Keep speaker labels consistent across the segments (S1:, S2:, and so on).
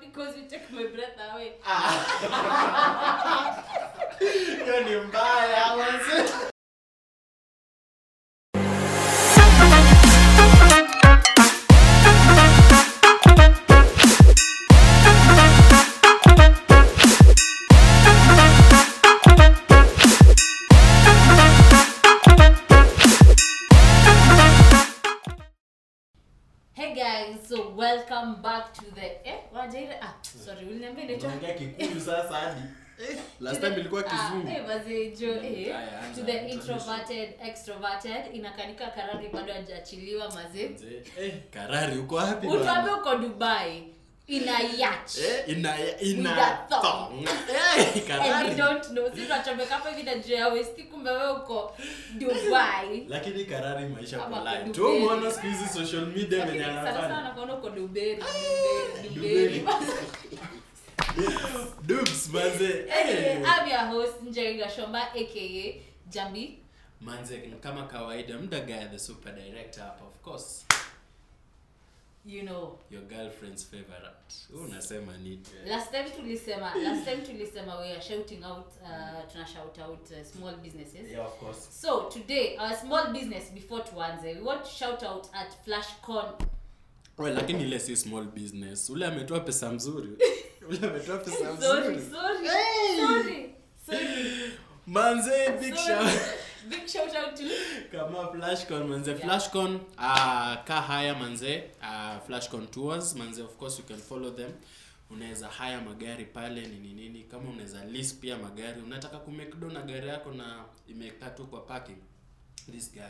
S1: because you take my breath away.
S2: hiyo ni mbaya manze.
S1: Hey guys, so welcome back to the eh, wajaira ah, sorry, uliniambia inaitwa
S2: Tunaongea Kikuyu sasa hadi.
S3: last time ilikuwa
S1: Ah,
S3: kizungu Mm,
S1: eh, wazee jo, eh.
S3: Haya, anza,
S1: To the
S3: introduce.
S1: introverted, extroverted, inakanika karari bado hajachiliwa mazee.
S3: Eh, karari uko wapi
S1: Utuambie
S3: bwana?
S1: uko Dubai in a yacht.
S3: Mm. Eh, ina
S1: With a
S3: ina
S1: thong.
S3: thong Eh,
S1: And we
S3: karari
S1: don't know. Sisi tunachomeka hapa hivi na juu ya westi kumbe wewe uko Dubai.
S3: lakini karari maisha
S1: Ama
S3: kwa line
S1: kudubeli.
S3: tu muona siku hizi social media
S1: Lakini
S3: venye
S1: sana sana
S3: anafanya
S1: nakuona uko Duberi, Duberi, Duberi.
S3: dubs manze
S1: Anyway,
S3: Eh.
S1: I'm your host Njeri Gashomba aka Jambi.
S3: manze kama kawaida mdagaya the super director hapa of course
S1: You know.
S3: your girlfriend's favorite Wewe unasema nini
S1: Last time tulisema, last time tulisema we are shouting out uh, tuna shout out uh, small businesses.
S2: Yeah, of course.
S1: So today our small business before tuanze, we want to shout out at Flashcon.
S3: well lakini ile si small business ule ametoa pesa mzuri ule ametoa pesa
S1: Sorry,
S3: mzuri
S1: sorry.
S3: Hey!
S1: Sorry. Sorry.
S3: manze big
S1: sorry.
S3: shout
S1: Big shout out to
S3: kama flashcon manze
S1: Yeah.
S3: flashcon uh, ka haya manze uh, flashcon tours manze of course you can follow them unaweza haya magari pale nini nini kama unaweza list pia magari unataka kumekdo na gari yako na imekaa tu kwa parking this guy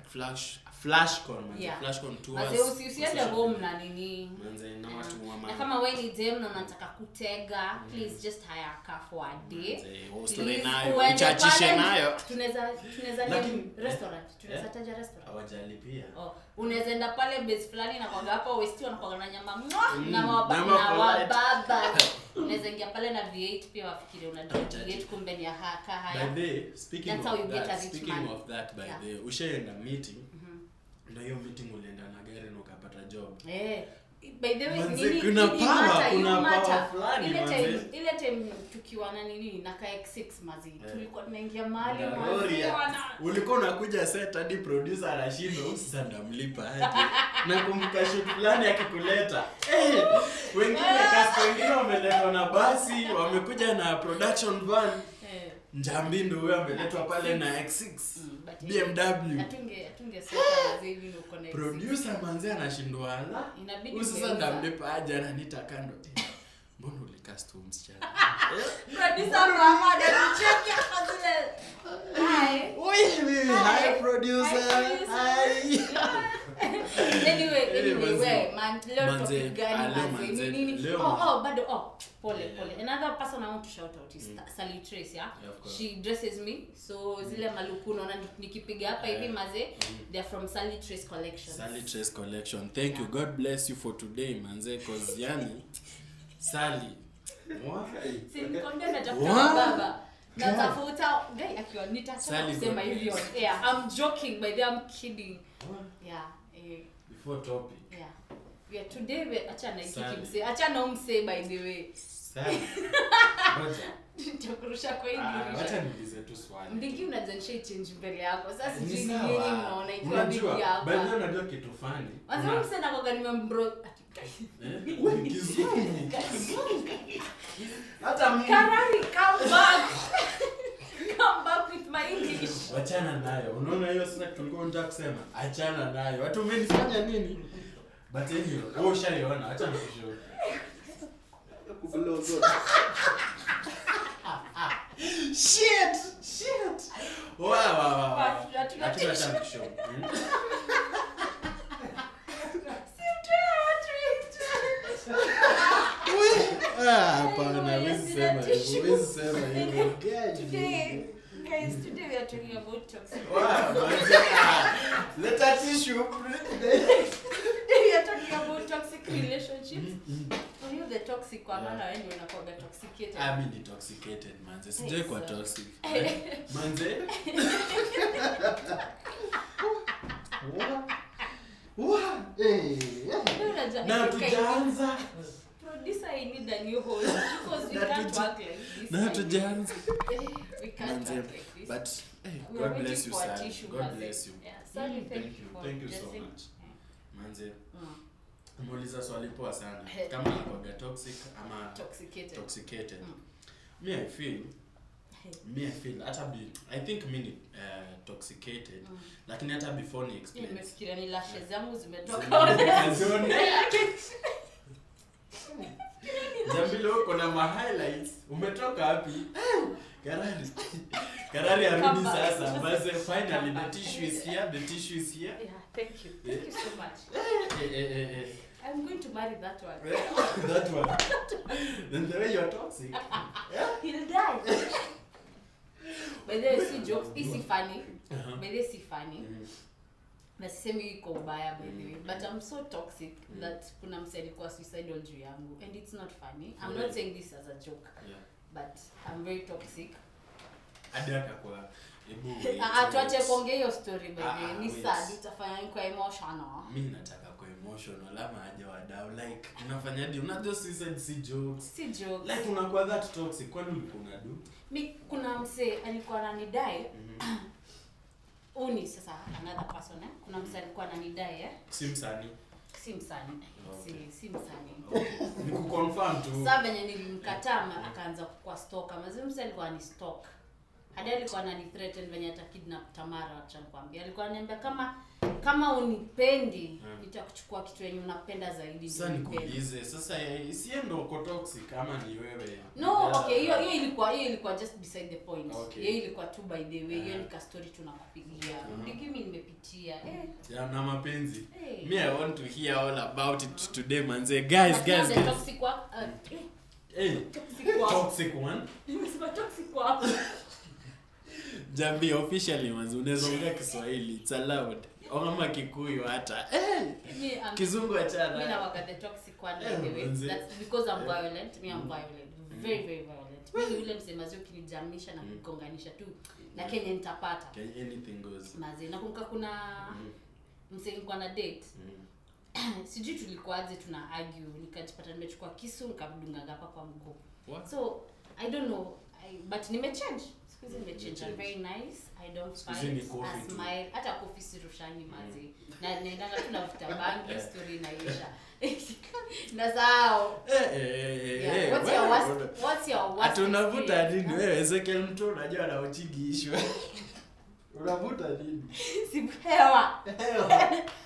S3: at flash flashcon manze
S1: Yeah.
S3: flashcon tours
S1: Mazee usi- usiende
S3: Social
S1: home
S3: media.
S1: na nini.
S3: manze na
S1: Yeah.
S3: watu wa
S1: Na
S3: maana.
S1: kama we ni dem na unataka kutega, please just hire a car for a day.
S3: Manze,
S1: Please,
S3: usitule nayo,
S1: uende
S3: uchachishe
S1: pale.
S3: nayo.
S1: Tunaweza- tunaweza
S2: Lakini-
S1: name restaurant. Tunaweza
S2: Eh?
S1: taja restaurant.
S2: Hawajalipia.
S1: Oh, unaweza enda pale base fulani na kwaga hapo westi wanakuwaga na nyama mwa
S3: Mm,
S1: na waba-
S3: nyama
S1: na
S3: polite.
S1: wababa unaweza ingia pale na v8 pia wafikiri una drink
S3: Acha
S1: v8 kumbe ni ya haka
S3: by
S1: haya
S3: the speaking
S1: That's
S3: of
S1: how you get
S3: that,
S1: a rich
S3: speaking
S1: man.
S3: of that by
S1: Yeah. Mm-hmm.
S3: the ushaenda meeting na hiyo meeting ulienda na gari na ukapata job
S1: Eh, by the way
S3: Manze,
S1: nini-
S3: kuna
S1: nini
S3: power,
S1: matter, you
S3: kuna power
S1: matter.
S3: fulani,
S1: Ile
S3: manze.
S1: time- ile time tukiwa na nini na KX6 mazi
S2: Eh.
S1: tulikuwa tunaingia mahali
S3: Na
S1: mazi,
S3: lori ya-
S1: wana-
S3: ulikuwa unakuja set hadi producer anashindwa huyu sasa ndamlipa hadi nakumbuka shoot fulani akikuleta Eh, wengine cast wengine wameletwa na basi wamekuja na production van
S1: Eh,
S3: njambi ndo huyo ameletwa pale na x6
S1: mm, but-
S3: bmw
S1: atunge atunge sasa mazi hivi ni uko na X6.
S3: producer manzi anashindwa "Ala,
S1: Inabidi
S3: huyu sasa
S1: umeuza.
S3: ndamlipa aje ananita kando tena mbona ulikast huyu msichana
S1: Producer Muhammad alicheki hapa zile. Hi. Hi.
S3: hi
S1: Hi,
S3: producer
S1: producer.
S3: hi
S1: Anyway,
S3: Eh,
S1: anyway,
S3: manze.
S1: we, man, leo
S3: Manze,
S1: topic gani,
S3: ah, leo
S1: manze?
S3: manze,
S1: Nini, nini?
S3: leo
S1: Oh,
S3: manze.
S1: oh, bado, oh, pole,
S3: Yeah. Mm.
S1: pole. Another person I want to shout out is Sally Trace, yeah?
S3: Yeah, of course. Mm.
S1: She dresses me, so zile maluku unaona ni- nikipiga hapa hivi maze they're from Sally Trace Collections.
S3: Sally Trace Collection. Thank you. God bless you for today, manze, cause yani Sally. Why?
S1: Si nikwambia natafuta
S3: Wow.
S1: baba.
S3: God.
S1: Natafuta guy akiwa
S3: Sally
S1: nitacha kusema
S3: Gomez.
S1: hivi on air. I'm joking by the way, I'm kidding. Yeah. Eh.
S3: Before topic.
S1: Yeah. Yeah, today we acha na hiki
S3: Sally.
S1: kimse. Acha na umse by the way.
S3: Sally. Roger.
S1: Nitakurusha kwa hii
S3: Ah,
S1: dirisha.
S3: Wacha niulize tu swali.
S1: Mbigi unajua nishai change mbele yako. Sasa
S3: Ni
S1: sijui ni nini
S3: sawa.
S1: unaona ikiwa mbigi
S3: Unajua, by the way
S1: hapa.
S3: unajua kitu fani.
S1: Wazima mse nakoga nimembro.
S3: Eh, we kizungu. Hata mimi.
S1: Karari, come back. Come back with my English.
S3: Wachana nayo. Unaona hiyo sasa tulikuwa tunataka kusema. Achana nayo. Watu umenifanya nini? But anyway, wewe ushaiona. Acha nikushauri. shit shit wow wow wow wow
S1: Hatuna- hatuna
S3: Hatuna
S1: tishu.
S3: time to show. Hmm?
S1: Si mtu yeyote.
S3: Ah, hapana
S1: Anyway,
S3: huwezi
S1: hatuna
S3: sema hivyo
S1: tishu.
S3: huwezi sema hivyo
S1: Today, guys, today we are talking about toxic.
S3: Wow, manze, ah, leta tissue
S1: Today we are talking about toxic relationships.
S3: Mm,
S1: For you the toxic kwa maana wewe ndio unakuwa toxicated.
S3: Ah, mi intoxicated manze sijai kwa
S1: Sorry.
S3: toxic manze Wa- wa- eh, eh.
S1: Wewe unajua
S3: na Eh,
S1: nikikaa hivi-
S3: tujaanza
S1: this I need a new host because we
S3: That
S1: can't
S3: would-
S1: work like this.
S3: na
S1: I need-
S3: tujaanza
S1: We can't
S3: Manze,
S1: work like this.
S3: but
S1: We
S3: hey,
S1: are
S3: god
S1: waiting
S3: bless you
S1: for a
S3: sir
S1: tissue
S3: god
S1: husband.
S3: bless you
S1: Yeah, sorry,
S3: Mm,
S1: thank you for
S3: thank you so
S1: blessing.
S3: much manze
S1: Mm.
S3: muuliza swali poa sana
S1: He.
S3: kama akwaga toxic ama
S1: Intoxicated.
S3: intoxicated
S1: Mm.
S3: me i feel
S1: Hey.
S3: me i feel hata be, i think mi ni uh, toxicated
S1: Mm.
S3: lakini hata before ni
S1: Mimi
S3: explain
S1: nimefikiria ni lashes zangu zimetoka.
S2: Unaziona? Jambilo uko na ma highlights. Umetoka wapi? Eh, Karari. Karari arudi
S1: Come back.
S2: sasa. Basi
S1: Come
S2: finally the
S1: back.
S2: tissue is here, the tissue is here.
S1: Yeah, thank you. Thank you so much.
S3: Eh, eh, eh, eh.
S1: I'm going to marry that one.
S2: that one. Then the way you're toxic.
S1: Oh, He'll die. By the way, si jokes, hii si funny.
S3: Aha.
S1: By the way, si funny.
S3: Mm.
S1: Na sisemi iko ubaya by the way,
S3: Mm.
S1: but I'm so toxic that kuna mse alikuwa suicidal juu yangu and it's not funny. I'm not
S3: Right.
S1: saying this as a joke,
S3: Yeah.
S1: but I'm very toxic.
S3: hadi akakwa hebu wait,
S1: Ah, ah, tuache
S3: wait.
S1: kuongea hiyo story by the way.
S3: Ah,
S1: Ni
S3: wait.
S1: sad, itafanya nikuwa emotional.
S3: mi nataka kwa emotional ama haja wadau like unafanyaje unajua suicide si jokes
S1: Si joke.
S3: like unakuwa that toxic kwani ulikuwa unadu
S1: mi kuna msee alikuwa ananidai
S3: Mm-hmm.
S1: uni sasa another person eh? kuna msee alikuwa ananidai eh?
S3: si msanii
S1: si msani
S3: Okay.
S1: si, si msani
S3: okay. ni kuconfirm tu
S1: saa venye nilimkataa ma- akaanza kukua stoka mazimsi alikuwa ni stok hadi alikuwa ananithreaten venye atakidnap tamara wachankwambia alikuwa ananiambia kama kama unipendi
S3: Mm.
S1: nitakuchukua kitu yenye unapenda zaidi
S3: sasa
S1: ndio unipende.
S3: nikuulize sasa eh, siye ndo uko toxic ama ni wewe
S1: no
S3: Yeah.
S1: okay hiyo hiyo ilikuwa hiyo ilikuwa just beside the point
S3: Okay.
S1: hiyo ilikuwa tu by the way hiyo
S3: Ah.
S1: ni ka story tunakupigia
S3: Ah.
S1: digimi nimepitia eh,
S3: ya na mapenzi
S1: eh.
S3: me i want to hear all about it today manze guys
S1: But now
S3: guys,
S1: the
S3: guys.
S1: toxic wa- uh, eh,
S3: Hey,
S1: toxic wa-
S3: toxic one
S1: Nimesema toxic wa-
S3: jambi officially manze unaweza ongea kiswahili it's allowed ama kikuyu hata hey,
S1: Mi, I'm-
S3: kizungu
S1: mi
S3: achana
S1: nawaga the toxic one, by
S3: Eh,
S1: the way.
S3: manze.
S1: That's because I'm
S3: Eh.
S1: violent. Mi, I'm
S3: Mm.
S1: violent. Very, very violent. Mi ni yule msemazi ukinijamisha na
S3: Mm.
S1: kunigonganisha tu na kenye nitapata
S3: Okay, anything goes
S1: maze nakumbuka kuna
S3: Mm,
S1: msenikwa na date
S3: mm.
S1: sijui tulikuwaje tuna argue nikajipata nimechukua kisu nikamdungaga hapa kwa mguu
S3: What?
S1: so i don't know I, but nimechange siku hizi nimechange I'm
S3: Umechange.
S1: very nice i don't
S3: Siku hizi ni
S1: fight
S3: coffee
S1: I
S3: tu. Mm.
S1: smile hata kofi sirushani mazi na naendanga tu na vuta bangi story inaisha nasahau
S3: Eh, eh, eh,
S1: Yeah,
S3: eh,
S1: what's
S3: wewe
S1: your
S3: una-
S1: worst- what's your worst
S3: Ati unavuta
S1: experience?
S3: nini wewe Ezekiel mtu unajua anauchigi issue unavuta nini
S1: Si hewa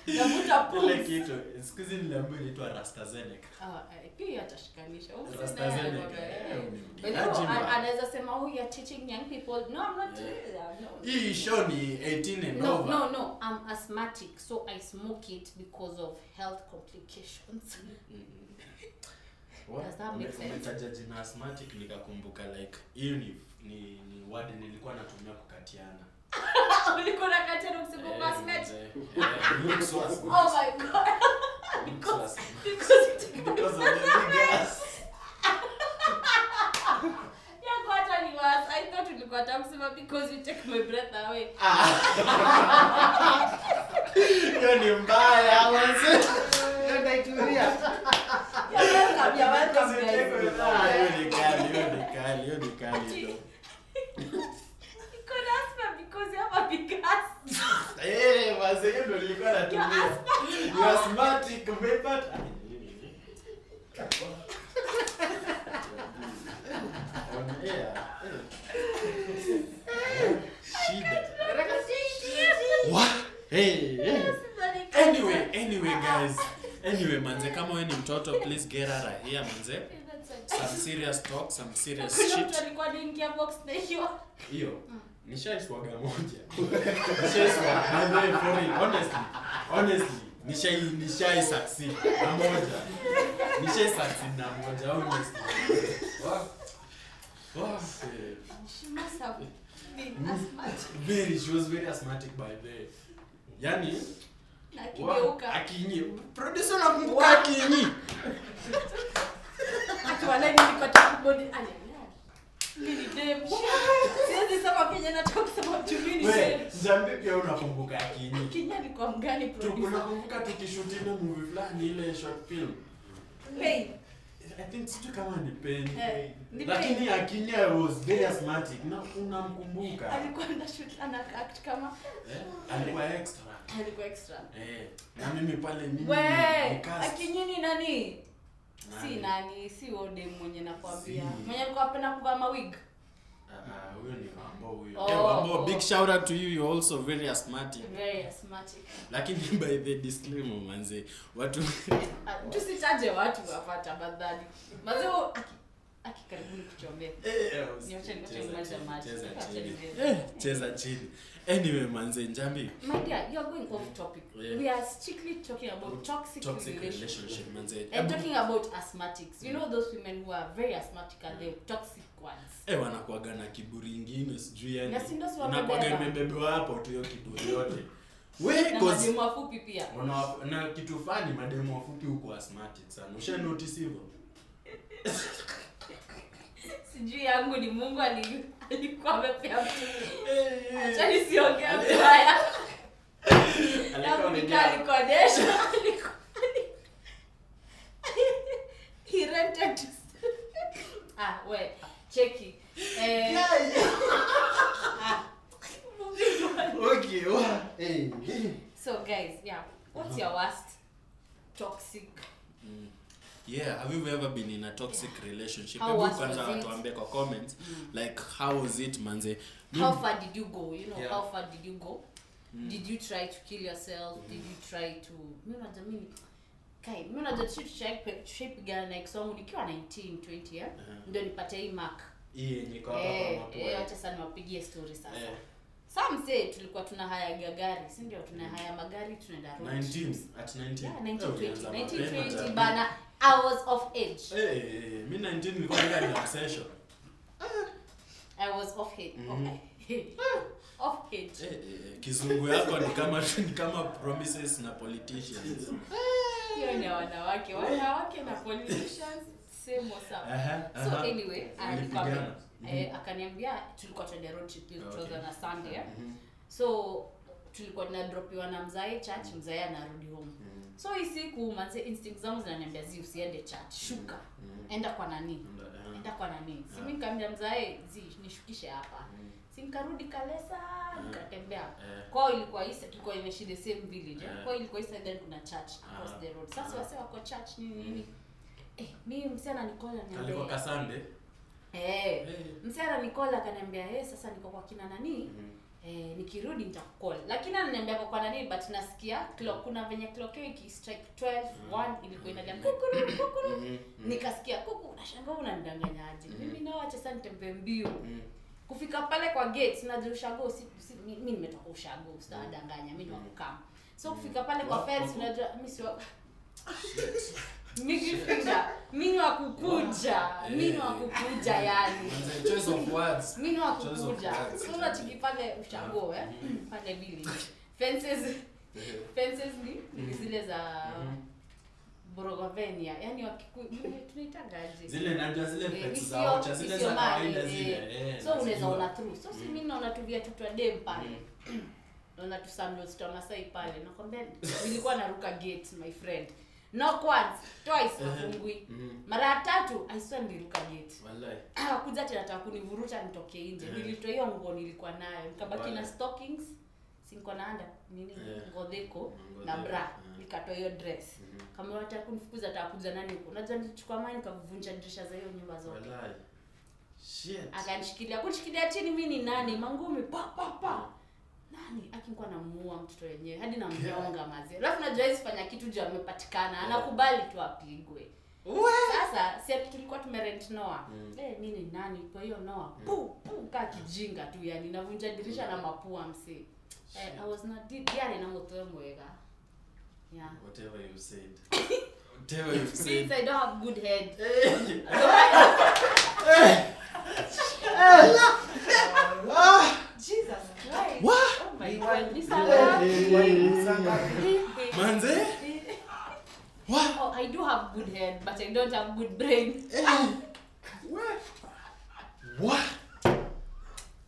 S1: navuta
S3: ile
S1: pumzi
S3: kitu siku hizi niliambiwa inaitwa rastazeneca
S1: Ah, eh, pia hiyo atashikanisha Huyu mzee naye anakuwaga,
S3: rastazeneca
S1: eh.
S3: eh, ni
S1: But no,
S3: mgiraji
S1: a-
S3: bana.
S1: anaweza sema oh, you're teaching young people no i'm not
S3: Yeah.
S1: doing that. No.
S3: hii show ni 18 and
S1: No,
S3: over
S1: no, no. I'm asthmatic, so I smoke it because of health complications.
S3: What?
S1: Does that
S3: Ume-
S1: make sense?
S3: umetaja jina asthmatic nikakumbuka like hiyo ni ni ni word nilikuwa natumia kukatiana
S1: Ulikuwa unakatia na kusema uko
S3: Eh,
S1: asthmatic?
S3: eh, eh, looks was-
S1: Oh my god.
S3: looks was-
S1: Because it-
S2: Because of the big ass.
S1: yako hata ni worse. I thought ulikuwa hata kusema because you take my breath away.
S2: Hiyo ni mbaya manze. Hiyo naitumia.
S1: You're welcome, you're welcome,
S2: Because
S1: guys.
S2: you take my breath
S3: Ah, hiyo
S1: Yeah.
S3: ni kali, hiyo ni kali, hiyo ni kali
S1: Ati-
S3: though.
S1: Uko na asthma because you have a big ass.
S2: Eh, manze hiyo ndio nilikuwa
S1: You're
S2: natumia.
S1: asthmatic.
S2: You are asthmatic,
S3: Ah,
S2: umepata? On
S3: Eh,
S2: air.
S3: Shida.
S1: Yes,
S3: Wa- Hey, hey.
S1: but it-
S3: Anyway,
S2: eh,
S3: anyway guys. Anyway manze kama wewe ni mtoto please get out of here manze.
S1: That's it.
S3: Some serious talk, some serious
S1: Kuna mtu
S3: shit.
S1: alikuwa anaingia box na hiyo.
S3: Hiyo. Nishaiswaga moja. Nishaiswaga by the way for real, honestly. Honestly, nishai nishai succeed na moja. Nishai succeed na moja honestly. Wa- wa- eh.
S1: She must have been
S2: Mm.
S1: asthmatic.
S3: very she was very asthmatic by the yani
S1: Na
S3: wa-
S1: akigeuka.
S3: akinyi producer unakumbuka akinyi
S1: Akiwalai nilipata kibodi. Ali, ali. Mimi ni demu. Siwezi sema Kenya nataka kusema juu mimi ni
S2: We,
S1: demu.
S2: Njambi pia unakumbuka akinyi.
S1: Kenya alikuwa mgani
S3: Tu-
S1: producer?
S3: unakumbuka tukishuti ile movie fulani ile short film
S1: Hey,
S2: I think situ kama ni pen.
S4: Eh,
S1: ni
S2: Lakini
S1: pen.
S2: Akinya was very asthmatic. Na unamkumbuka.
S4: alikuwa na shoot ana act kama
S2: Eh, Alikuwa extra.
S4: alikuwa extra
S2: Eh, na mimi pale
S3: Mm,
S2: mimi
S1: we
S2: ni cast.
S1: akinyini nani si
S2: Nani?
S1: nani si wode mwenye nakwambia
S2: Si.
S1: mwenye alikuwa apenda kuvaa mawig
S2: Ah, ah, huyo ni mambo huyo.
S1: Oh.
S3: Yeah, Wambo, big shout out to you. You're also very asthmatic.
S1: very asthmatic
S3: Lakini by the disclaimer manze, watu
S1: Ah, tusitaje watu wapata badhani mazeo akikaribuni kuchombea
S2: Eh,
S1: Niache- niache
S2: cheza
S1: nimalize
S2: chini,
S1: maji.
S2: cheza
S1: Niache
S2: chini.
S1: nimalize.
S3: eh, cheza chini. Anyway manze, Njambi.
S1: my dear you are going off topic
S3: Yeah.
S1: we are strictly talking about toxic,
S3: Toxic
S1: relationship Eh,
S3: relationship manze.
S1: and talking about asthmatics you know those women who are very asthmatic are the toxic ones
S3: Eh, wanakuaga na kiburi ingine sijui yani.
S1: Na si ndo si wamebeba.
S3: Unakuaga imebebewa hapo tu hiyo kiburi yote.
S1: na
S3: We cause
S1: mademu wafupi pia
S2: Wana- na kitu fani mademu wafupi huko asthmatic sana. Usha notice hivyo?
S1: sijui yangu ni mungu ali- alikuwa amepea mtu
S2: Eh, eh.
S1: acha nisiongea mbaya
S2: Alikuwa
S1: Nakumbuka
S2: amejaa.
S1: alikodesha aliku- He rented to- Ah, we, cheki. Eh, ah,
S2: Okay, wa- eh, eh.
S1: so guys, yeah, what's your worst toxic?
S3: Mm. yeah have you ever been in a toxic relationship
S1: How
S3: hebu
S1: was
S3: kwanza
S1: it? Mm.
S3: watuambie kwa comments like how was it manze
S1: How far did you go? You know,
S2: Mm. Yeah. Mm.
S1: how far did you go? Did you try to kill yourself? Did you try to mi unajua mimi kai mi unajua tushaipe- tushaipigana na ex wangu nikiwa 19 20 eh? ndio nipate hii mark
S2: Hii yenye iko hapa kwa
S1: Eh,
S2: mapua.
S1: eh, wacha sana wapigie story sasa
S2: Eh,
S1: saa msee tulikuwa tuna haya gari si ndio tuna haya magari tunaenda road
S2: 19, at 19.
S1: Yeah,
S2: Eh, ulianza
S1: 1920,
S2: mapema,
S1: 1920
S2: jamani.
S1: bana i was of age
S2: Eh, eh, eh, mi 19 nilikuwa naenda ni obsession.
S1: i was of age
S2: Mhm.
S1: of age
S3: Eh, eh, eh, kizungu yako ni kama ni kama promises na politicians
S1: hiyo ni ya wanawake wanawake na politicians same whatsapp
S2: Aha, Mhm,
S1: so
S2: aha.
S1: anyway alikuwa-
S2: Mlipigana.
S1: eh, akaniambia tulikuwa tuende road trip it was
S2: Okay.
S1: on a sunday eh?
S2: Mhm.
S1: so tulikuwa tunadropiwa na mzae church mzae anarudi home
S2: Mhm.
S1: so hii siku manze instinct zangu zinaniambia zi usiende church shuka Eh,
S2: Mhm.
S1: enda kwa nani
S2: Mhm.
S1: enda kwa nani si mi nikamwambia mzae zi nishukishe hapa si nikarudi kalesa nikatembea
S2: Eh.
S1: kwao ilikuwa hii tulikuwa imeishi the same village eh.
S2: Eh.
S1: kwao ilikuwa hii side then kuna church across
S2: Ah.
S1: the road sasa
S2: Ah.
S1: wase wako church nini nini eh mimi msichana nikola
S2: Alikuwa
S1: niambia
S2: kasande
S1: eh
S2: Eh.
S1: msichana nikola akaniambia eh sasa niko kwa kina nani
S2: Mm.
S1: eh nikirudi nitakukol lakini ananiambia kwa kwa nani but nasikia clock kuna venye clock hiyo iki strike 12
S2: Mm.
S1: 1 ilikuwa inalia kukuru kukuru Mm. nikasikia kuku nashangaa unanidanganyaje mimi nawacha sasa nitembee mbio
S2: Mhm.
S1: kufika pale kwa gate najua ushago si, si, mi mi nimetoka ushago sitadanganya mi ni wa Mukama. so kufika pale kwa fence unajua mi si wa- middle finger mi ni wa kukuja mi ni wa kukuja yani
S2: Eh. Manze, choice of words.
S1: mi ni wa
S2: Choice of
S1: kukuja
S2: words.
S1: so unachiki pale ushago eh pale village fences
S2: Eh,
S1: fences ni ni zile za
S2: Mhm.
S1: Borogovenia yani wakikuyu tunaitagaje
S2: zile najua zile
S1: Eh,
S2: pets za
S1: visio-
S2: ocha zile za
S1: visio mali,
S2: kawaida
S1: eh.
S2: zile eh, Mm.
S1: so unaweza
S2: nazijua.
S1: ona through so si mimi naona tu viatu twa dem
S2: Mm.
S1: pale naona tu sandals twa masai pale nakwambia nilikuwa naruka gate my friend knock once twice afungui
S2: Mhm.
S1: mara ya tatu i swear niliruka gate
S2: Wallahi.
S1: kuja tena nataka kunivuruta nitoke nje
S2: Eh.
S1: nilitoa hiyo nguo nilikuwa nayo nikabaki na
S2: Wala.
S1: stockings sinko na anda nini
S2: Eh.
S1: ngodheko
S2: Ngodheko,
S1: Oh, na bra
S2: eh.
S1: nikatoa hiyo dress
S2: Mm-hmm.
S1: kama wataka kunifukuza atakuja nani huko unajua nilichukua mani nikavunja dirisha za hiyo nyumba zote
S2: Wallahi. Shit.
S1: akanishikilia kunishikilia chini mi ni nani mangumi pa pa pa nani akikuwa namuua mtoto wenyewe hadi namnyonga mazi alafu najua hizi fanya kitu juu amepatikana anakubali tu apigwe sasa si ati tulikuwa tumerent noa mm. eh, mi ni nani kwa hiyo noa pu pu kaa kijinga tu yani navunja dirisha na mapua msi eh, i was not did yani namutoe mwega yeah
S2: Whatever you said. Whatever you
S1: since
S2: said.
S1: i don't have good head
S2: Eh. Ah!
S4: jesus christ
S3: Wah!
S4: oh my
S2: Rewind.
S4: god
S1: Ni
S2: Eh,
S1: sangapi?
S2: eh, sangapi?
S3: manze Wah!
S1: Oh, I do have good head, but I don't have
S2: Eh!
S1: good brain.
S3: Wah!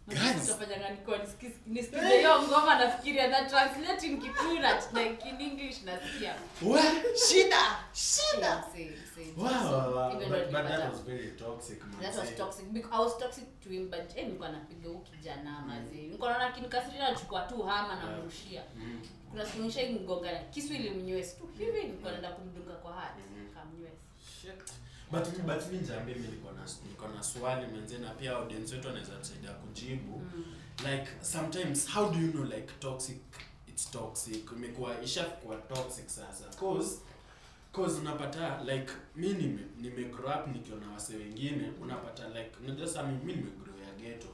S1: Unajua
S3: Guys.
S1: tutafanyanga nikuwa nisiki- nisikize hiyo ngoma nafikiria na translate in Kikuyu na na in English nasikia.
S3: Wa, shida
S1: Same,
S3: shida
S1: same, same.
S3: Wow,
S1: So,
S2: Wow, wow,
S1: even though
S2: but, but that
S1: nilipata-
S2: was very toxic, man.
S1: that was toxic because I was toxic to him but eh nilikuwa napiga huyu kijana mazi. Nilikuwa naona akinikasiria nachukua tu hama na mrushia.
S2: Mm.
S1: Kuna siku nishaimgonga na kisu ili mnywes tu hivi nilikuwa naenda kumdunga kwa hati kamnywes.
S2: But mi- but mi Njambi mi niko na
S3: niko na swali menzie na pia audience wetu anaweza tusaidia kujibu like sometimes how do you know like toxic it's toxic imekuwa ishakuwa toxic sasa cause cause unapata like mi nime, nime grow up nikiona wase wengine unapata like unajua sasa mi mi nimegrow ya ghetto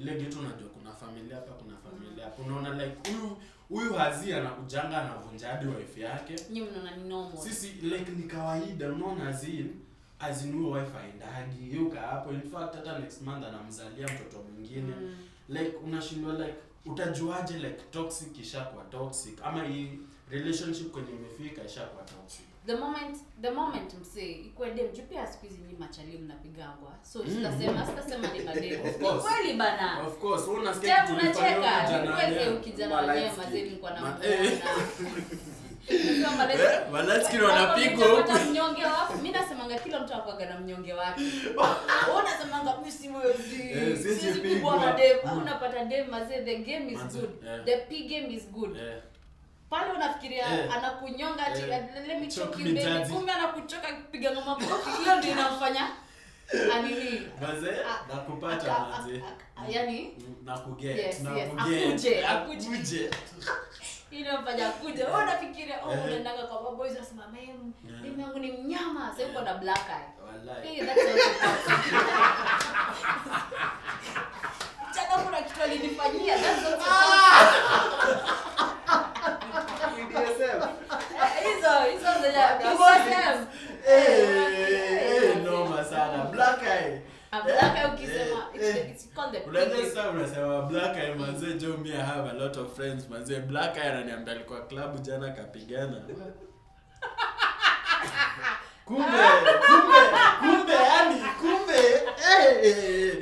S3: ile ghetto unajua kuna familia hapa kuna familia hapa unaona like huyu huyu hazi anakujanga anavunja hadi wife yake
S1: Nyinyi mnaona ni normal.
S3: sisi
S2: like ni kawaida unaona azin azinuo wife aendagi yuka hapo in fact hata next month anamzalia mtoto mwingine
S1: Mm.
S2: like unashindwa like utajuaje like toxic ishakuwa toxic ama hii relationship kwenye imefika ishakuwa toxic
S1: the moment the moment msee ikwede mjuu pia siku hizi nyi machali mnapigangwa so
S3: Mm.
S1: sitasema sitasema ni madeni
S2: Of
S1: Ni
S2: course.
S1: kweli bana
S2: of course wewe unasikia
S1: Steph,
S2: kitu ulifanya
S1: Ah. unacheka
S2: huyo
S1: Ni
S2: kijana
S1: kweli
S2: wale-
S1: huyo kijana
S2: Ma-
S1: wenyewe
S2: light skin.
S1: mazee nilikuwa
S3: Ma-
S1: namuona.
S3: eh.
S1: Nilikuwa pale-
S3: Eh, ma- light skin wanapigwa
S1: Wako
S3: huku.
S1: wamechapata mnyonge wako mi nasemanga kila mtu akwaga na mnyonge wake Wewe unasemanga mi
S2: Eh,
S1: siwezi
S2: siwezi
S1: siwezi kupigwa
S2: pigwa.
S1: na dem Au unapata dem mazee the game is
S3: Manze,
S1: good
S3: eh.
S1: the p game is good
S3: eh,
S1: pale unafikiria
S3: Eh.
S1: anakunyonga ati
S3: Eh.
S1: let me
S3: Choke
S1: choke you
S3: me,
S1: baby.
S3: daddy.
S1: kumbe anakuchoka akipiga ngoma kofi hiyo ndio inamfanya anini
S2: Mazee,
S1: Ah,
S2: nakupata
S1: aka-
S2: mazee.
S1: aka- yani
S2: Mm, nakuget,
S1: Yes, yes,
S2: nakuget.
S1: akuje, akuje.
S2: Akuje.
S1: hii inamfanya kuja wewe unafikiria oh
S2: Eh.
S1: unaendanga kwa maboys unasema mem
S2: Yeah.
S1: demu yangu ni mnyama sasa yuko na black eye
S2: Wallahi.
S1: hey that's also Mchana kuna kitu alinifanyia that's also Ah, hizo hizo zenye BDSM.
S2: Eh, eh, noma sana. Black eye.
S1: Ah, black eye ukisema
S2: Eh,
S1: it's-
S2: eh.
S1: it's called the
S2: Unajua
S1: pinky.
S2: sasa unasema black eye mazee
S3: Mzee Joe, me I have a lot of friends. Mzee Black Eye ananiambia alikuwa klabu jana kapigana.
S2: kumbe kumbe kumbe yani kumbe eh, eh, eh.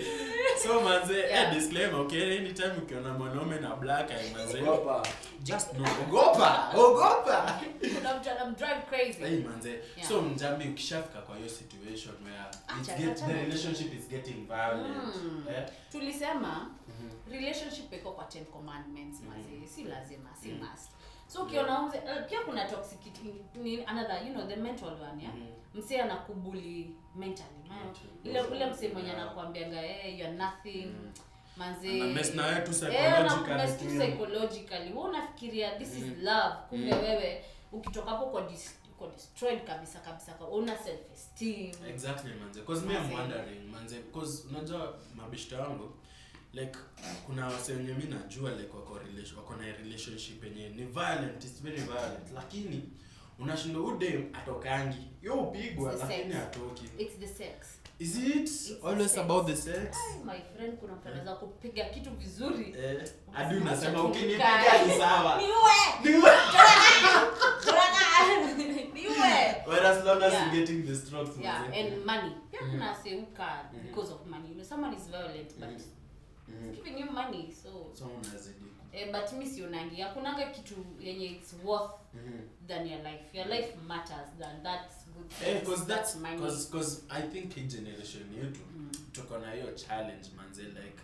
S3: So mzee,
S1: Yeah.
S3: eh, disclaimer, okay, anytime ukiona mwanaume na black eye mzee,
S2: Ogopa.
S3: just know.
S2: Ogopa, ogopa.
S1: kuna mtu anamdrive crazy
S3: Hey, manze.
S1: Yeah.
S3: So mjambi ukishafika kwa hiyo situation where
S1: Acha,
S2: Get-
S1: acha
S2: the
S1: na-
S2: relationship is getting violent.
S1: Mm.
S2: Eh,
S1: tulisema
S3: Mm-hmm.
S1: relationship iko kwa 10 commandments mazee si lazima si
S3: Mm-hmm.
S1: must so ukiona mzee eh, pia kuna toxicity ni another you know the mental one yeah
S3: Mm-hmm.
S1: msee anakubuli mentally man. ile ule msee mwenye anakuambianga hey, you're nothing manze
S3: Anamess Mm-hmm. na wewe tu
S1: Eh,
S3: psychologically
S1: anakumess tu
S3: tu, you know.
S1: psychologically wewe unafikiria this is
S3: Mm.
S1: love kumbe
S3: Mm.
S1: wewe ukitoka hapo uko dis- uko destroyed kabisa kabisa kwa una self esteem
S3: exactly manze cause me I'm
S1: Manze.
S3: wondering manze cause unajua mabishta wangu like kuna wase wenye mi najua like wako relation wako na relationship yenye ni violent it's very violent lakini unashindwa udem atokangi yo upigwa
S1: It's the
S3: lakini
S1: sex.
S3: atoki
S1: it's the sex
S3: is it
S1: the
S3: always
S1: sex.
S3: about the sex
S1: Ay, my friend kuna mtu anaweza kupiga kitu vizuri
S3: eh, hadi unasema
S1: Acha
S3: ukinipiga
S1: tumkae.
S3: ni sawa
S1: niue
S3: Niwe.
S1: Brother, niue
S2: Whereas long as
S1: Yeah.
S2: you getting the strokes
S1: yeah
S2: mazee.
S1: and money pia
S3: Mm.
S1: kuna seuka because of money you know someone is violent but
S3: Mm.
S1: it's giving you money so
S3: so unazidi
S1: eh, but mi sionangi hakunanga kitu yenye its worth
S3: Mhm.
S1: than your life your life matters than that good
S3: Mm. Eh,
S1: things,
S3: cause that's
S1: that money
S3: cause, cause I think hii generation yetu
S1: Mm.
S3: tuko na hiyo challenge manze like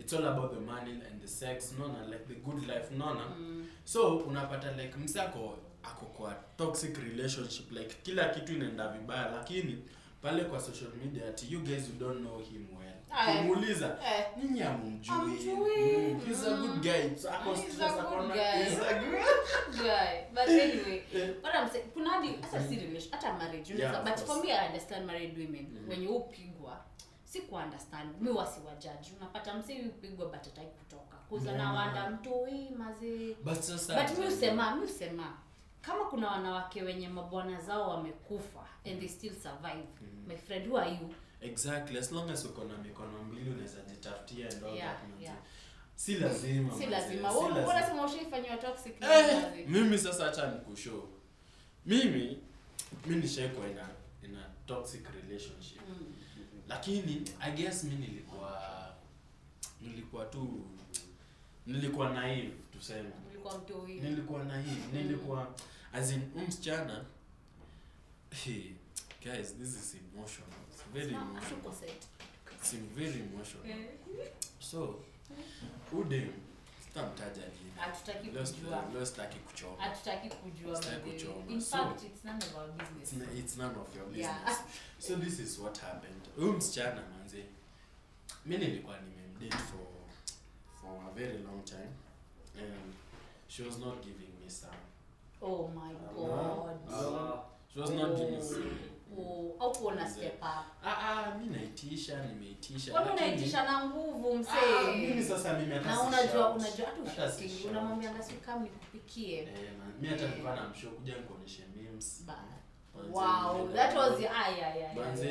S3: it's all about the money and the sex unaona like the good life unaona
S1: Mm.
S3: so unapata like msako ako kwa toxic relationship like kila kitu inaenda vibaya lakini pale kwa social media ati you guys you don't know him well
S1: Aye.
S3: kumuuliza
S1: Eh.
S3: ninyi hamumjui
S1: Hamjui.
S3: Mm, he's a good guy so ako
S1: He's a
S3: stress ako
S1: good
S3: na-
S1: guy.
S3: he's a good
S1: Guy. but anyway
S3: Eh.
S1: what I'm saying kuna hadi hata si relation hata marriage
S3: Yeah,
S1: unaweza-
S3: of
S1: but
S3: course. Mm-hmm.
S1: for me I understand married women wenye upigwa si ku understand mi wasiwajaji unapata msi upigwa but atai kutoka kuza na wanda mtoi mazee
S3: but sasa
S1: but mi usema mi usema kama kuna wanawake wenye mabwana zao wamekufa and they still survive
S3: Mm-hmm.
S1: my friend who are you
S3: exactly as long as uko na mikono mbili unaweza jitafutia and all
S1: Yeah,
S3: that manze.
S1: yeah.
S3: si lazima
S1: si
S3: manze,
S1: lazima
S3: si
S1: Wewe- wewe
S3: lazima.
S1: unasema ushaifanyiwa toxic na
S3: Eh,
S1: wazazi.
S3: mimi sasa hacha nikushow mimi mi nishaikuwa ina, ina toxic relationship
S1: Mm.
S3: lakini i guess mi nilikuwa nilikuwa tu nilikuwa naive tuseme
S1: ulikuwa mtu huyu
S3: nilikuwa
S1: Hmm.
S3: naive nilikuwa as in huyu msichana hey, guys this is emotional It's very
S1: Na-
S3: emotional
S1: hatuko set.
S3: It's very emotional
S1: Eh,
S3: so udem sitamtaja jina
S1: hatutaki
S3: Leo sit-
S1: kujua
S3: leo sitaki kuchoma
S1: hatutaki kujua
S3: Sitaki
S1: mwenyewe.
S3: kuchoma.
S1: In
S3: So-
S1: fact, it's none of our business.
S3: It's n- it's none of your business
S1: Yeah.
S3: so this is what happened huyu msichana manzi mi nilikuwa nimemdate for for a very long time and she was not giving me some
S1: Oh my
S3: No.
S1: God.
S3: Ah, she was Uh, not giving me some
S1: Oh, haukuwa una step up.
S3: ah ah mi naitisha nimeitisha
S1: Kwani
S3: lakini-
S1: unaitisha na nguvu
S3: Ah, mimi
S1: msee
S3: sasa mimi hata
S1: na
S3: si
S1: unajua
S3: shout.
S1: unajua hata
S3: Hata si
S1: ushatingi
S3: shout.
S1: unamwambia ngasikam nikupikie
S3: Eh, man, mi hata nilikuwa na mshow kuja nikuonyeshe memes Manzi,
S1: wow
S3: nilienda-
S1: that was ay ay ay
S3: Manzi,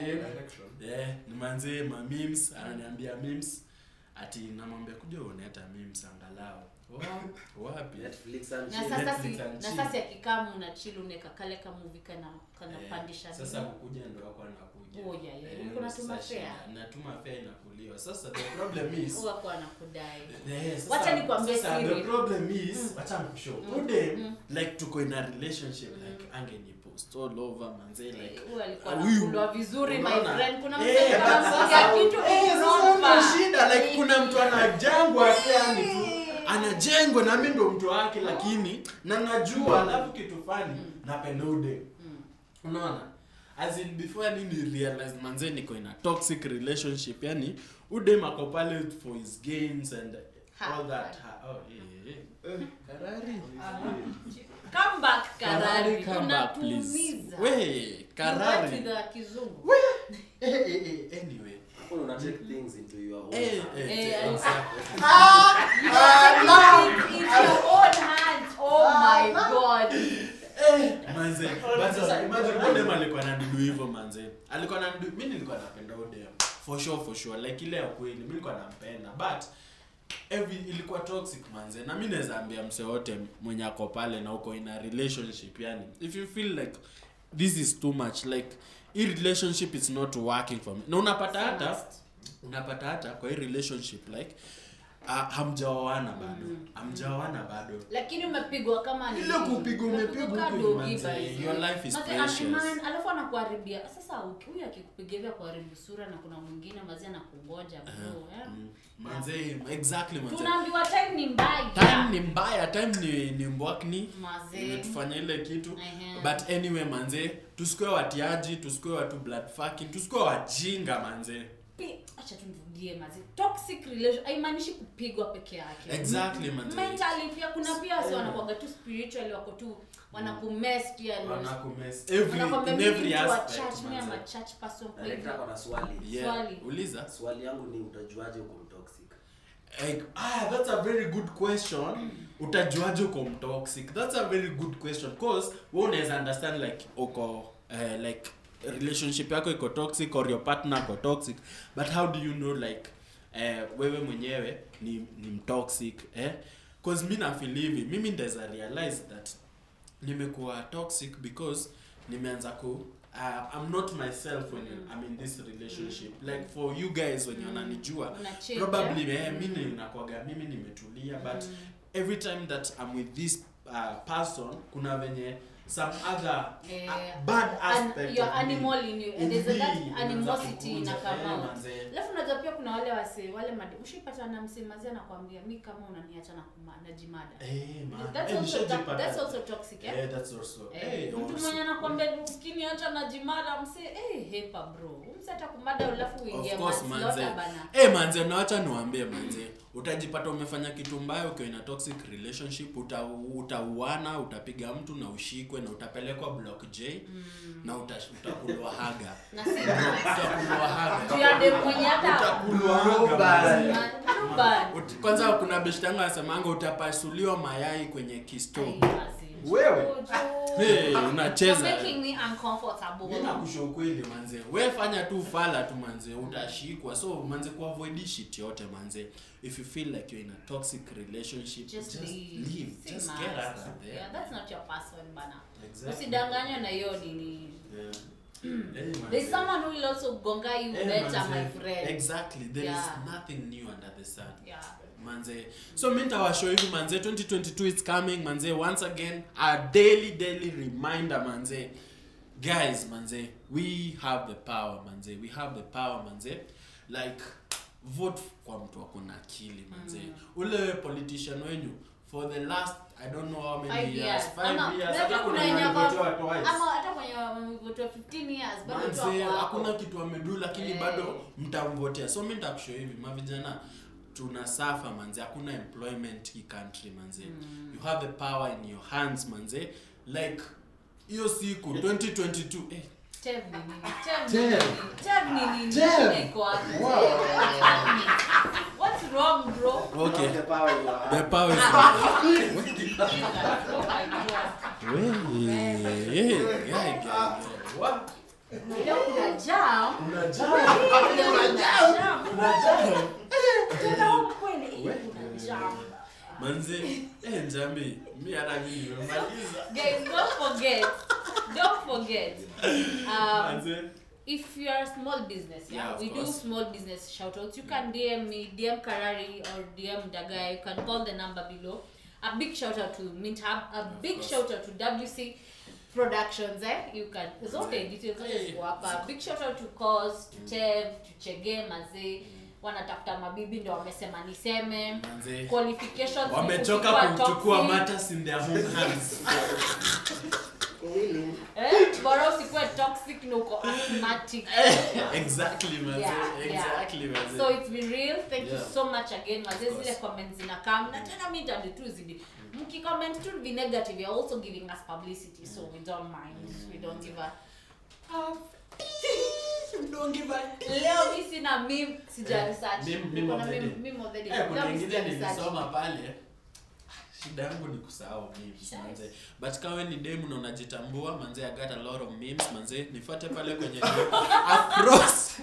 S3: Eh, ni manzee ma memes ananiambia memes ati namwambia kuja uone hata memes angalau Wa- wapi
S2: Netflix and
S1: na
S2: chill.
S1: sasa si,
S3: Netflix and
S1: na
S3: chill.
S1: sasa akikamu na chill uneka kale kamuvi kana
S3: Eh,
S1: kanapandisha
S3: sasa kukuja ndo wako anakuja
S1: Oh, yeah, yeah.
S3: Eh,
S1: Ulikuwa
S3: sasa
S1: unatuma
S3: shida.
S1: fare?
S3: natuma fare inakuliwa sasa the problem is
S1: huwa kwa nakudai
S3: Eh, sasa-
S1: Wacha nikwambie
S3: sasa
S1: siri.
S3: the problem is wacha nikushow ude
S1: Mm.
S3: like tuko in a relationship like angenipost all over manzee like
S1: huwa alikuwa
S3: Ah, huyu-
S1: anakulwa vizuri Eh, my
S3: Unaona?
S1: friend kuna
S3: Eh,
S1: msee
S3: but
S1: anakuongea
S3: sasa-
S1: kitu
S3: eh,
S1: is
S3: sasa
S1: not
S3: ndio
S1: fair.
S3: shida like kuna mtu
S1: Eh.
S3: anajengwa yani tu anajengwa na mimi ndo mtu wake lakini na najua alafu kitu fani napenda ude
S1: Mm.
S3: unaona as in before yani ni realize manze niko in a toxic relationship yani ude ako pale for his games and
S1: Ha.
S3: all that ha, oh, eh, eh. karari
S1: come back karari
S3: come back, please.
S1: unatuumiza
S3: We, karari
S1: Ni watu wa kizungu
S3: Eh, eh, eh, anyway
S2: Hapo ndo una take things into your own
S3: Eh,
S2: hands.
S3: eh,
S1: Eh,
S3: eh,
S1: Ah, Oh, Ah,
S3: Eh, manze but sasa imagine udem alikuwa ananidu hivyo manze alikuwa ananidu mi nilikuwa napenda udem for sure for sure like ile ya kweli mi nilikuwa nampenda but every ilikuwa toxic manze na mi naweza ambia mse wote mwenye ako pale na uko in a relationship yani if you feel like this is too much like hii relationship is not working for me na unapata hata unapata hata kwa hii relationship like uh, hamjaoana bado hamjaoana bado
S1: lakini umepigwa kama ni
S3: Ile
S1: nini.
S3: kupigwa, umepigwa
S1: Umepigwa
S3: huko
S1: dogi
S3: manze.
S1: basi.
S3: Your life is
S1: Manze,
S3: precious.
S1: atiman, alafu anakuharibia sasa uki- huyu akikupiga hivi akuharibu sura na kuna mwingine mazi anakungoja bro,
S3: Ah,
S1: eh.
S3: Mm. manze exactly manze
S1: tunaambiwa time ni mbaya
S5: time ni mbaya time ni ni mbwakni
S1: Mazee.
S5: imetufanya ile kitu
S1: Ehe.
S5: but anyway manze tusikue watiaji tusikue watu blood fucking tusikue wajinga manze
S1: Pi- acha tumrudie mazi toxic relation haimaanishi kupigwa peke yake
S5: exactly manze
S1: mentally pia kuna pia wasi wanakuaga tu spiritual wako tu wanakumess pia
S3: wanakumess
S5: every
S1: wanakwambia
S5: in
S1: mimi
S5: every
S1: mtu wa
S5: aspect
S1: church mimi ama
S5: manze
S1: church person kwa
S2: Direct
S1: hivyo
S2: hapa na swali.
S5: yeah
S1: Swali.
S5: uliza
S2: Swali yangu ni utajuaje uko mtoxic?
S5: like ah that's a very good question utajuaje uko mtoxic that's a very good question cause we unaweza understand like uko eh, like relationship yako iko toxic or your partner ako toxic but how do you know like eh, wewe mwenyewe ni, ni mtoxic eh? cause mi nafeel hivi mimi ndaweza realize that nimekuwa toxic because nimeanza ku uh, i'm not myself when i'm in this relationship like for you guys wenye wananijua
S1: Una change,
S5: probably eh,
S1: Mm.
S5: mimi nakwaga mimi nimetulia but every time that i'm with this uh, person kuna venye some other
S1: Eh,
S5: uh, bad
S1: An-
S5: aspect
S1: your
S5: of me.
S1: animal in you
S3: In
S1: and there's a- that
S3: me, inaanza
S1: animosity
S3: kukuja,
S1: ina come
S3: eh,
S1: out
S3: manze.
S1: alafu unajua pia kuna wale wase wale madi ushipata na msemazi anakuambia mi kama unaniacha na kuma- najimada
S3: Eh, man.
S1: That's
S3: Eh,
S1: also to-
S3: nishajipata.
S1: that's also toxic, eh?
S3: Eh, that's also-
S1: Eh,
S3: Eh,
S1: mtu
S3: also.
S1: mwenye anakwambia ukiniacha najimada mse eh, hepa bro mse atakumada alafu uingie
S5: Of course, manze.
S1: manslaughter bana
S5: Eh, manze nawacha niwaambie manze utajipata umefanya kitu mbaya ukiwa ina toxic relationship uta- utauana utapiga mtu na ushikwe na utapelekwa block j
S1: Hmm.
S5: na uta- utakulwa haga
S1: na si nice.
S5: utakulwa haga
S1: Juu ya dem mwenye hata
S3: Kulwaga.
S1: Man, bad.
S5: Ut- kwanza kuna beshti yangu anasemanga utapasuliwa mayai kwenye kisto
S1: Ai, wazee.
S3: Wewe.
S1: Jojo.
S5: hey,
S1: You're
S5: unacheza
S1: making me uncomfortable.
S3: Mimi nakusha ukweli
S5: Ndio manze we fanya tu fala tu manze utashikwa so manze kuavoidi shit yote manze if you feel like you're in a toxic relationship
S1: Just leave.
S5: leave
S1: Si
S5: just
S1: must.
S5: get out of there
S1: Yeah, that's not your person bana
S3: Exactly.
S1: usidanganywe na hiyo nini
S3: Yeah.
S2: Eh, manze.
S1: there's someone who will also gonga you
S2: Eh,
S1: better my
S2: manze.
S1: friend
S3: exactly there is
S1: Yeah.
S3: nothing new under the sun
S1: yeah
S3: manze so mi ntawashow hivi manze 2022 is coming manze once again a daily daily reminder manze guys manze we have the power manze we have the power manze like vote kwa mtu ako na akili manze
S1: Mm.
S3: ule politician wenyu for the last i don't know how many
S1: Five
S3: years,
S1: years. Oh,
S3: five
S1: Ama,
S3: years
S1: unajua kuna
S3: hata kuna
S1: wenye
S3: wenye
S1: wako-
S3: votewa twice.
S1: ama hata kwenye wamevotiwa 15 years bado tu
S3: Manze,
S1: wako hapo.
S3: hakuna kitu amedu lakini
S1: Eh.
S3: bado mtamvotea so mi ntakusho hivi mavijana tuna safa manze hakuna employment hii country manze
S1: Mm.
S3: you have the power in your hands manze like hiyo siku 2022 eh,
S1: Tev ni nini? Tev ni nini?
S2: Tev.
S1: Tev ni nini?
S2: Tev.
S1: Shida iko wapi? What's wrong, bro?
S3: okay
S6: The power in your hand.
S3: the power is
S1: Oh my God.
S3: Wee, yeah, yeah, yeah, yeah.
S2: What?
S1: Leo kuna jam.
S2: Unajaa.
S1: Leo kuna jam.
S2: Unajaa.
S1: Tena huku kweli, eh, kuna jam.
S3: manze eh, njambi mi hata mi nimemaliza
S1: Guys, don't forget. Don't forget. Um,
S3: manze
S1: if you are a small business yeah,
S3: Yeah, of
S1: we do
S3: course.
S1: small business shout outs you can dm me dm karari or dm dagai you can call the number below a big shout out to mint hub a big
S3: course.
S1: shout out to wc productions eh you can zote details zote
S3: Hey. Mm.
S1: ziko hapa big shout out to cause to tev to chege mazee wanatafuta mabibi ndo wamesema niseme
S3: Manze.
S1: qualifications
S3: wamechoka
S1: ni kuchukua
S3: kuchukua
S1: toxic.
S3: matters in their own hands
S6: Really?
S1: eh bora usikuwe toxic na uko asthmatic
S3: Eh. exactly manze
S1: Yeah,
S3: exactly
S1: yeah.
S3: manze
S1: so it's been real thank you
S3: Yeah.
S1: so much again maze
S3: course. Mm.
S1: zile comments zinakam na tena mi tandi tu zidi mkicomment tu be negative you're also giving us publicity so we don't mind
S3: Mm.
S1: we don't give a leo mi sina mim sija
S3: Eh,
S1: research
S3: meme- meme
S1: Niko na
S3: already.
S1: meme- meme already.
S3: Eh, kuna
S1: Leo mi
S3: ingine
S1: sija research.
S3: nilisoma pale shida yangu ni kusahau memes manze but kawe ni demu na unajitambua manze i got a lot of memes manze nifuate pale kwenye across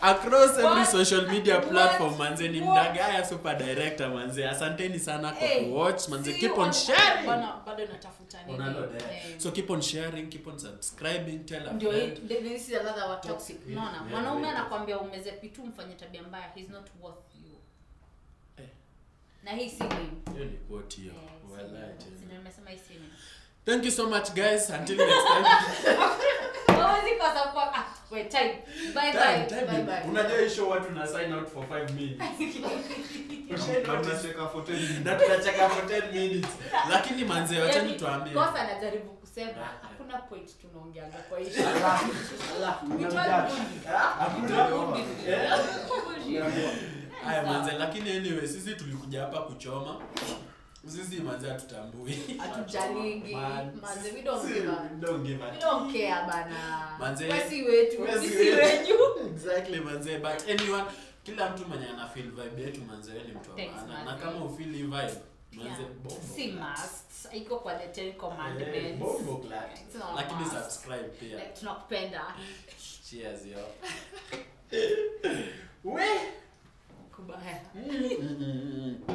S3: across every
S1: What?
S3: social media
S1: What?
S3: platform manze ni
S1: What?
S3: mdagaya super director manze asanteni sana kwa
S1: Hey,
S3: kuwatch manze
S1: see
S3: keep
S1: you
S3: on sharing
S1: Bana, bado natafuta nini?
S2: Unalo, eh.
S1: Eh.
S3: so keep on sharing keep on subscribing tell a
S1: ndio hii-
S3: friend
S1: the- this is another wa toxic
S2: Yeah,
S1: unaona
S2: yeah,
S1: mwanaume
S2: yeah.
S1: anakwambia umeze pitu mfanye tabia mbaya he's not worth you
S3: Eh.
S1: na hii si mimi
S3: hiyo ni quote hiyo
S1: Eh, si
S3: Wallahi
S1: mimi.
S3: tena.
S1: Si ndio nimesema hii si mimi
S3: thank you so much guys until next time
S1: Hawezi kwa sababu- ah, wait, time. Bye,
S3: Time,
S1: bye,
S3: time.
S1: bye, bye.
S2: Unajua hii show watu na sign out for 5 minutes.
S7: Na unacheka for 10 minutes.
S2: Na tunacheka for 10 minutes.
S3: lakini manze
S1: Yaani,
S3: wacheni tuambie
S1: Kosa anajaribu kusema
S3: Ah, ah.
S1: hakuna point tunaongeanga kwa hii show. We told Budi. Budi. Budi.
S3: haya manze lakini anyway sisi tulikuja hapa kuchoma sisi manze hatutambui
S1: Hatujalingi.
S3: Man-
S1: Manze, we don't
S2: See,
S1: give a-
S2: don't give a-
S1: we don't care bana.
S3: Manze-
S1: Wewe si wetu,
S2: Wewe si
S1: sisi
S2: wetu.
S1: wenyu.
S3: exactly manze but anyone kila mtu mwenye ana feel vibe yetu manze wewe ni mtu wa
S1: Thanks,
S3: maana na
S1: manze.
S3: kama ufeel hii vibe manze
S1: Yeah.
S3: bombo
S1: Si must. Haiko kwa the Ten
S2: Eh,
S1: Commandments.
S2: Bongo clap.
S1: It's not
S3: lakini
S1: must.
S3: subscribe pia
S1: Like, tunakupenda
S3: cheers yo
S2: We.
S1: kubaya
S3: Mm, mm, mm, mm.